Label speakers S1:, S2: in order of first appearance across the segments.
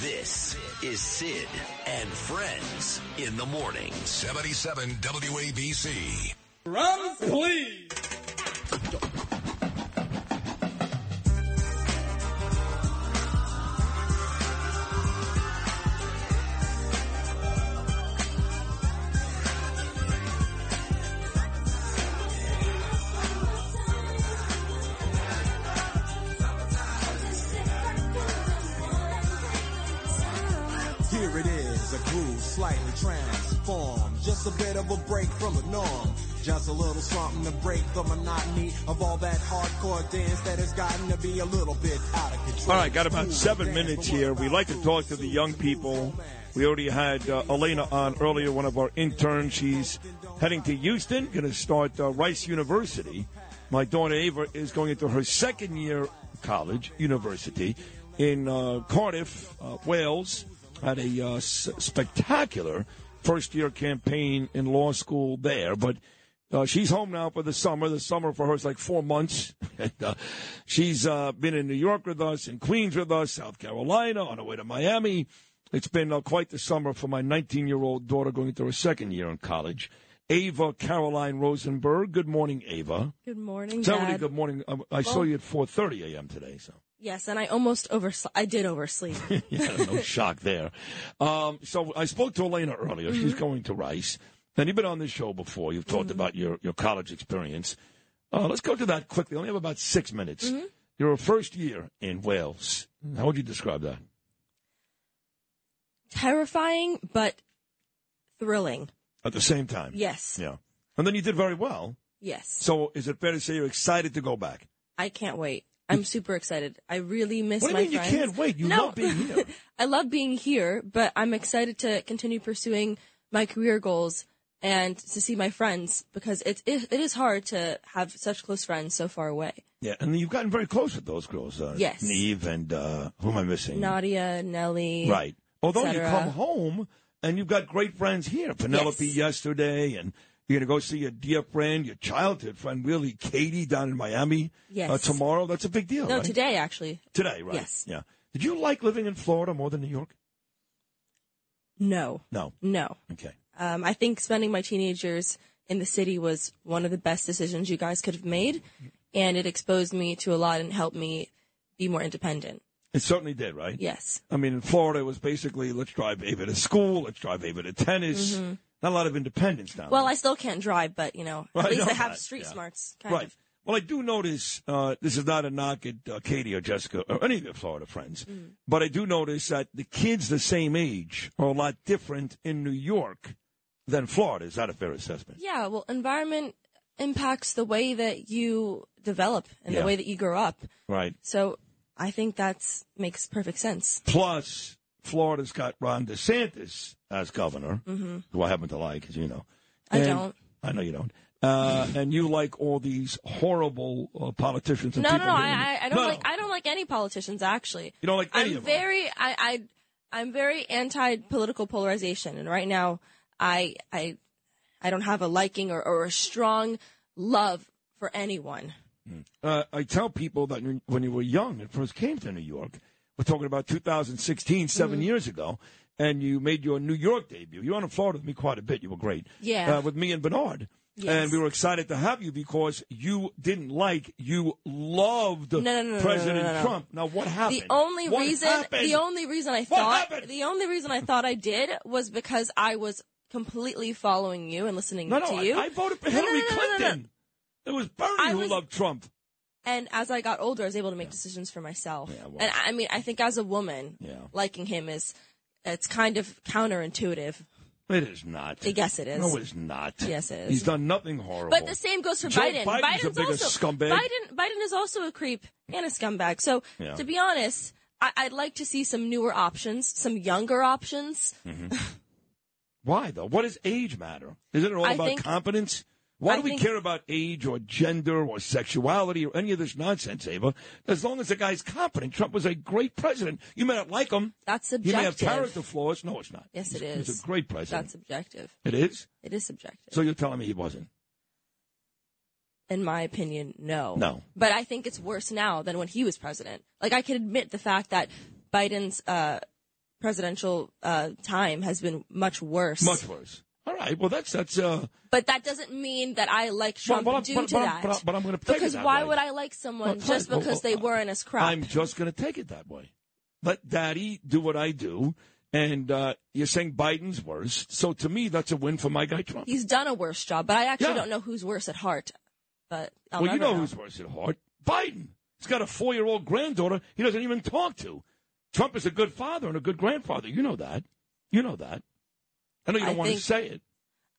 S1: This is Sid and Friends in the Morning.
S2: 77 WABC.
S3: Run, please.
S4: Here it is, a groove slightly transformed. Just a bit of a break from the norm. Just a little something to break the monotony of all that hardcore dance that has gotten to be a little bit out of control.
S5: All right, got about seven minutes here. We like to talk to the young people. We already had uh, Elena on earlier, one of our interns. She's heading to Houston, going to start uh, Rice University. My daughter Ava is going into her second year of college, university, in uh, Cardiff, uh, Wales. Had a uh, s- spectacular first year campaign in law school there, but uh, she's home now for the summer. The summer for her is like four months. and, uh, she's uh, been in New York with us, in Queens with us, South Carolina, on her way to Miami. It's been uh, quite the summer for my 19 year old daughter going into her second year in college. Ava Caroline Rosenberg. Good morning, Ava.
S6: Good morning,
S5: Tell me
S6: Dad.
S5: good morning. I, I saw
S6: Well-
S5: you at 4:30 a.m. today, so
S6: Yes, and I almost overslept. I did oversleep.
S5: yeah, no shock there. Um, so I spoke to Elena earlier. She's
S6: Mm-hmm.
S5: going to Rice. And you've been on this show before. You've talked about your, your college experience. Uh, let's go to that quickly. I only have about six minutes.
S6: Mm-hmm.
S5: Your first year in Wales. How would you describe that?
S6: Terrifying, but thrilling.
S5: At the same time.
S6: Yes.
S5: Yeah. And then you did very well.
S6: Yes.
S5: So is it fair to say you're excited to go back?
S6: I can't wait. I'm super excited. I really miss
S5: What do you
S6: my
S5: mean you
S6: friends.
S5: can't wait? You
S6: no.
S5: love being here.
S6: I love being here, but I'm excited to continue pursuing my career goals and to see my friends because it's it, it is hard to have such close friends so far away.
S5: Yeah. And you've gotten very close with those girls. Uh,
S6: Yes.
S5: Neve and uh, who am I missing?
S6: Nadia, Nelly.
S5: Right. Although you
S6: cetera.
S5: come home and you've got great friends here. Penelope
S6: Yes.
S5: yesterday, and you're going to go see your dear friend, your childhood friend, really, Katie, down in Miami
S6: Yes.
S5: uh, tomorrow. That's a big deal.
S6: No,
S5: right?
S6: today actually.
S5: Today, right?
S6: Yes.
S5: Yeah. Did you like living in Florida more than New York?
S6: No.
S5: No.
S6: No.
S5: Okay.
S6: Um, I think spending my teenage years in the city was one of the best decisions you guys could have made, and it exposed me to a lot and helped me be more independent.
S5: It certainly did, right?
S6: Yes,
S5: I mean, in Florida, it was basically let's drive Ava to school, let's drive Ava to tennis. Not a lot of independence down
S6: Mm-hmm. Well,
S5: there.
S6: I still can't drive, but you know,
S5: Right,
S6: at least
S5: no,
S6: I have
S5: right,
S6: street
S5: yeah.
S6: smarts. Kind
S5: Right.
S6: Of.
S5: Well, I do notice uh, this is not a knock at uh, Katie or Jessica or any of your Florida friends,
S6: Mm.
S5: but I do notice that the kids the same age are a lot different in New York than Florida. Is that a fair assessment?
S6: Yeah. Well, environment impacts the way that you develop and
S5: Yeah.
S6: the way that you grow up.
S5: Right.
S6: So I think that's makes perfect sense.
S5: Plus, Florida's got Ron DeSantis as governor, who I happen to like, as you know.
S6: Mm-hmm. I
S5: And-
S6: don't.
S5: I know you don't. Uh, and you like all these horrible uh, politicians and
S6: No, no,
S5: people
S6: no.
S5: here in-
S6: I, I, I don't
S5: No,
S6: like.
S5: no.
S6: I don't like any politicians actually.
S5: You don't like any
S6: I'm
S5: of them.
S6: very, I, I, I'm very anti political polarization, and right now, I, I, I don't have a liking or, or a strong love for anyone.
S5: uh, I tell people that when- when you were young and first came to New York, we're talking about 2016, 7
S6: Mm-hmm.
S5: years ago, and you made your New York debut. You were on in Florida with me quite a bit. You were great.
S6: Yeah.
S5: Uh, with me and Bernard.
S6: Yes.
S5: And we were excited to have you because you didn't like, you loved
S6: no, no, no,
S5: President
S6: no, no, no.
S5: Trump. Now, what happened?
S6: The only
S5: What
S6: reason,
S5: happened?
S6: the only reason I thought,
S5: happened?
S6: the only reason I thought I did was because I was completely following you and listening
S5: No, no,
S6: to
S5: I,
S6: you.
S5: I voted for
S6: No, no,
S5: Hillary
S6: no, no, no, no.
S5: Clinton. It was Bernie
S6: I
S5: who
S6: was-
S5: loved Trump.
S6: And as I got older, I was able to make decisions for myself.
S5: Yeah, well-
S6: and I I mean, I think as a woman,
S5: Yeah.
S6: liking him is, it's kind of counterintuitive.
S5: It is not.
S6: Yes, it is.
S5: No, it is not.
S6: Yes, it is.
S5: He's done nothing horrible.
S6: But the same goes for
S5: Joe
S6: Biden.
S5: Biden's the
S6: Biden's
S5: biggest
S6: also
S5: scumbag.
S6: Biden. Biden is also a creep and a scumbag. So
S5: Yeah.
S6: to be honest, I, I'd like to see some newer options, some younger options.
S5: Why though? What does age matter? Isn't it all
S6: I
S5: about
S6: think-
S5: competence? Why
S6: I
S5: do we
S6: think-
S5: care about age or gender or sexuality or any of this nonsense, Ava? As long as the guy's competent, Trump was a great president. You may not like him.
S6: That's
S5: You may have
S6: subjective.
S5: character flaws. No, it's not.
S6: Yes, it
S5: He's-
S6: is.
S5: He's a great president.
S6: That's subjective.
S5: It is.
S6: It is subjective.
S5: So you're telling me he wasn't?
S6: in my opinion, no.
S5: No.
S6: But I think it's worse now than when he was president. Like I can admit the fact that Biden's uh, presidential uh, time has been much worse.
S5: Much worse. All right. Well, that's that's. Uh,
S6: But that doesn't mean that I like Trump
S5: but I'm-
S6: due
S5: but-
S6: to
S5: but I'm-
S6: that.
S5: but I'm- but I'm gonna take it
S6: because
S5: that
S6: why
S5: way.
S6: would I like someone
S5: Well,
S6: just
S5: fine. Well,
S6: because they
S5: well,
S6: weren't as crap?
S5: I'm just going to take it that way. Let Daddy do what I do, and uh, you're saying Biden's worse. So to me, that's a win for my guy Trump.
S6: He's done a worse job, but I actually
S5: Yeah.
S6: don't know who's worse at heart. But I'll
S5: well, you
S6: never
S5: know, who's worse at heart? Biden. He's got a four-year-old granddaughter he doesn't even talk to. Trump is a good father and a good grandfather. You know that. You know that. I know you
S6: I
S5: don't want
S6: think-
S5: to say it.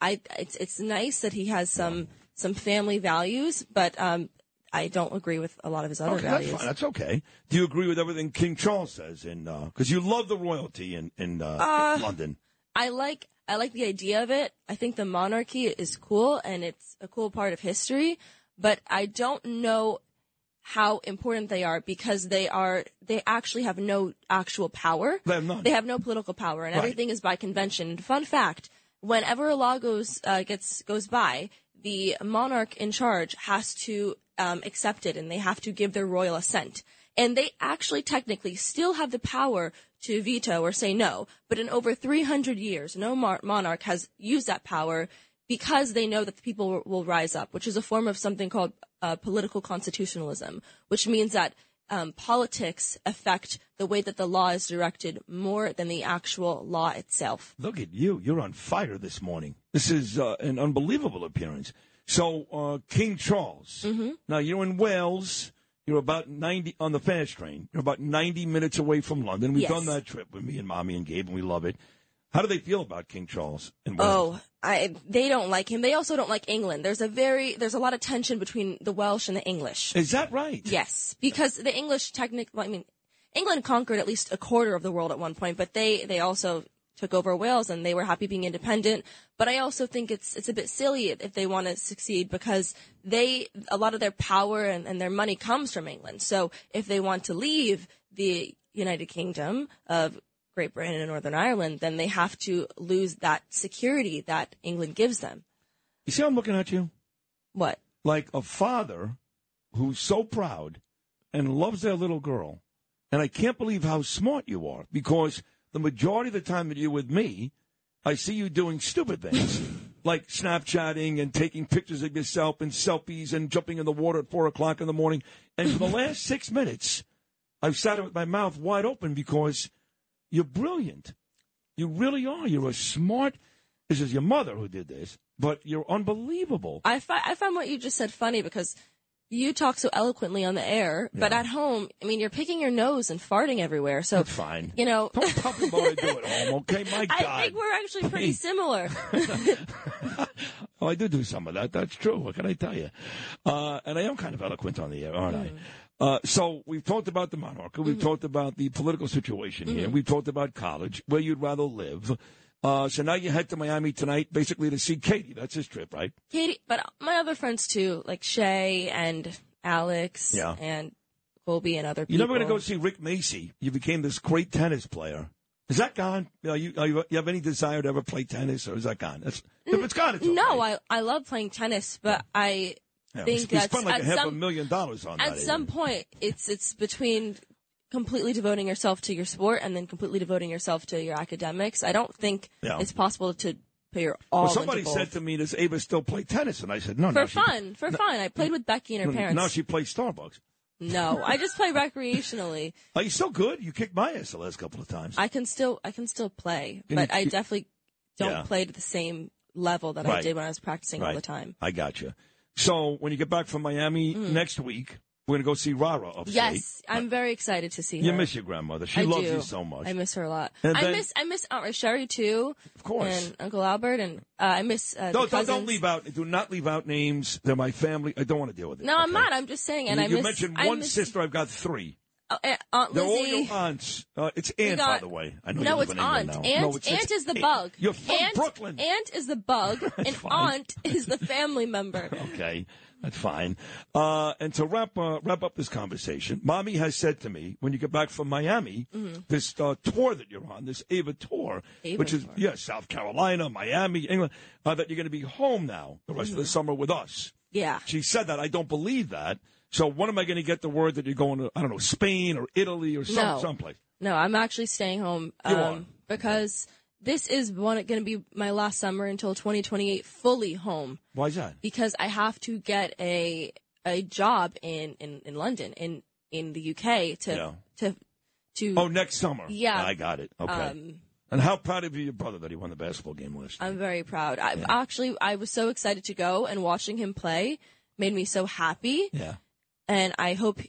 S6: I it's it's nice that he has some some family values, but um, I don't agree with a lot of his other
S5: okay,
S6: values.
S5: that's fine. That's okay. Do you agree with everything King Charles says? In because you love the royalty in in, uh, in London.
S6: I like I like the idea of it. I think the monarchy is cool and it's a cool part of history, but I don't know how important they are because they are they actually have no actual power.
S5: They have none.
S6: They have no political power, and
S5: Right.
S6: everything is by convention. And fun fact: whenever a law goes uh, gets goes by, the monarch in charge has to um, accept it, and they have to give their royal assent. And they actually technically still have the power to veto or say no. But in over 300 years, no mar- monarch has used that power because they know that the people w- will rise up, which is a form of something called uh, political constitutionalism, which means that um, politics affect the way that the law is directed more than the actual law itself.
S5: Look at you. You're on fire this morning. This is uh, an unbelievable appearance. So, uh, King Charles. Now, you're in Wales. You're about 90 on the fast train. You're about 90 minutes away from London. We've
S6: Yes.
S5: done that trip with me and mommy and Gabe, and we love it. How do they feel about King Charles and Wales?
S6: Oh, I, they don't like him. They also don't like England. There's a very there's a lot of tension between the Welsh and the English.
S5: Is that right?
S6: Yes, because the English technically, I mean, England conquered at least a quarter of the world at one point, but they they also took over Wales and they were happy being independent. But I also think it's it's a bit silly if if they want to succeed because they a lot of their power and, and their money comes from England. So if they want to leave the United Kingdom of Great Britain and Northern Ireland, then they have to lose that security that England gives them.
S5: You see how I'm looking at you?
S6: What?
S5: like a father who's so proud and loves their little girl. And I can't believe how smart you are because the majority of the time that you're with me, I see you doing stupid things like Snapchatting and taking pictures of yourself and selfies and jumping in the water at four o'clock in the morning. And for the last six minutes, I've sat here with my mouth wide open because you're brilliant. You really are. You're a smart. This is your mother who did this, but you're unbelievable.
S6: I, fi- I find what you just said funny because you talk so eloquently on the air, but at home, I mean, you're picking your nose and farting everywhere. So
S5: That's fine.
S6: You know,
S5: Don't tell me what I do at home, okay? My God.
S6: I think we're actually pretty similar.
S5: Oh, I do do some of that. That's true. What can I tell you? Uh, and I am kind of eloquent on the air, aren't
S6: Mm.
S5: I? Uh, so we've talked about the monarchy. We've talked about the political situation here.
S6: Mm.
S5: We've talked about college, where you'd rather live. Uh, so now you head to Miami tonight, basically to see Katie. That's his trip, right?
S6: Katie, but my other friends too, like Shay and Alex
S5: Yeah.
S6: and Colby and other people.
S5: You're never going to go see Rick Macy. You became this great tennis player. Is that gone? Are you, are you, you have any desire to ever play tennis, or is that gone? That's, if it's gone, it's
S6: Mm, No,
S5: okay.
S6: I, I love playing tennis, but I
S5: Yeah, we-
S6: think
S5: we
S6: that's
S5: spent like
S6: at
S5: a half a
S6: some
S5: million dollars on that.
S6: at some point it's it's between completely devoting yourself to your sport and then completely devoting yourself to your academics. I don't think
S5: Yeah.
S6: it's possible to put your all.
S5: Well, somebody
S6: into both.
S5: said to me, "Does Ava still play tennis?" And I said, "No,
S6: for
S5: no, she,
S6: fun, for fun. I played with Becky and her
S5: no,
S6: parents.
S5: Now she plays Starbucks.
S6: no, I just play recreationally.
S5: Are you still good? You kicked my ass the last couple of times.
S6: I can still I can still play,
S5: Can
S6: but
S5: you-
S6: I definitely don't
S5: Yeah.
S6: play to the same level that I
S5: Right.
S6: did when I was practicing all
S5: Right.
S6: the time. Hmm.
S5: I got you. So when you get back from Miami next week, we're gonna go see Rara upstate. Uh,
S6: Yes, I'm very excited to see her.
S5: You miss your grandmother. She
S6: I
S5: loves
S6: do.
S5: you so much.
S6: I miss her a lot.
S5: And
S6: I
S5: then-
S6: miss I miss Aunt Sherry too. Of
S5: course.
S6: And Uncle Albert and uh, I miss uh,
S5: don't,
S6: the
S5: don't,
S6: cousins.
S5: don't leave out. Do not leave out names. They're my family. I don't want to deal with it.
S6: No, I'm
S5: okay?
S6: not. I'm just saying. And
S5: you,
S6: I
S5: you
S6: miss.
S5: mentioned
S6: I
S5: one
S6: miss-
S5: sister. I've got three.
S6: uh, uh, Aunt
S5: They're all
S6: Lizzie.
S5: your aunts. Uh, it's
S6: We
S5: Aunt,
S6: got-
S5: by the way. I know
S6: no,
S5: you
S6: it's
S5: live in England
S6: aunt.
S5: now.
S6: Aunt,
S5: No, it's-
S6: aunt
S5: it's
S6: is the
S5: Aunt.
S6: bug.
S5: You're from
S6: aunt,
S5: Brooklyn.
S6: Aunt is the bug, and
S5: fine.
S6: aunt is the family member.
S5: Okay, that's fine. Uh, and to wrap uh, wrap up this conversation, mommy has said to me when you get back from Miami, this uh, tour that you're on, this Ava tour,
S6: Mm-hmm. Ava
S5: which is
S6: tour.
S5: yeah, South Carolina, Miami, England, uh, that you're going to be home now the rest
S6: Mm-hmm.
S5: of the summer with us.
S6: Yeah.
S5: She said that. I don't believe that. So when am I going to get the word that you're going to I don't know Spain or Italy or some
S6: no.
S5: someplace?
S6: No, I'm actually staying home
S5: You are.
S6: um, because this is one going to be my last summer until 2028 fully home
S5: Why is that?
S6: because I have to get a a job in in, in London in in the UK to
S5: Yeah.
S6: to to
S5: Oh, next summer.
S6: Yeah.
S5: I got it. Okay.
S6: um
S5: and how proud of you, your brother, that he won the basketball game last night?
S6: I'm very proud. I actually I was so excited to go and watching him play made me so happy
S5: Yeah.
S6: and I hope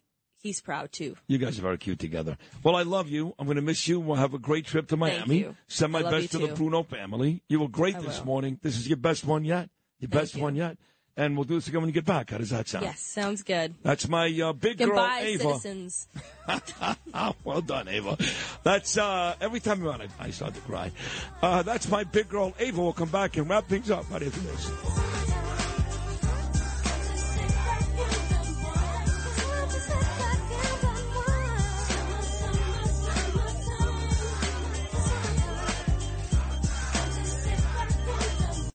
S6: he's proud too.
S5: You guys are very cute together. Well, I love you. I'm going to miss you. We'll have a great trip to Miami.
S6: you.
S5: Send my
S6: I love
S5: best to
S6: you
S5: the
S6: too.
S5: Bruno family. You were great
S6: I
S5: this
S6: will.
S5: morning. This is your best one yet. Your best
S6: you.
S5: one yet. And we'll do this again when you get back. How does that sound?
S6: Yes, sounds good.
S5: That's my uh, big
S6: Goodbye
S5: girl, Ava.
S6: citizens.
S5: Ah, well done, Ava. That's uh, every time you're on it, I start to cry. Uh, that's my big girl, Ava. We'll come back and wrap things up right after this.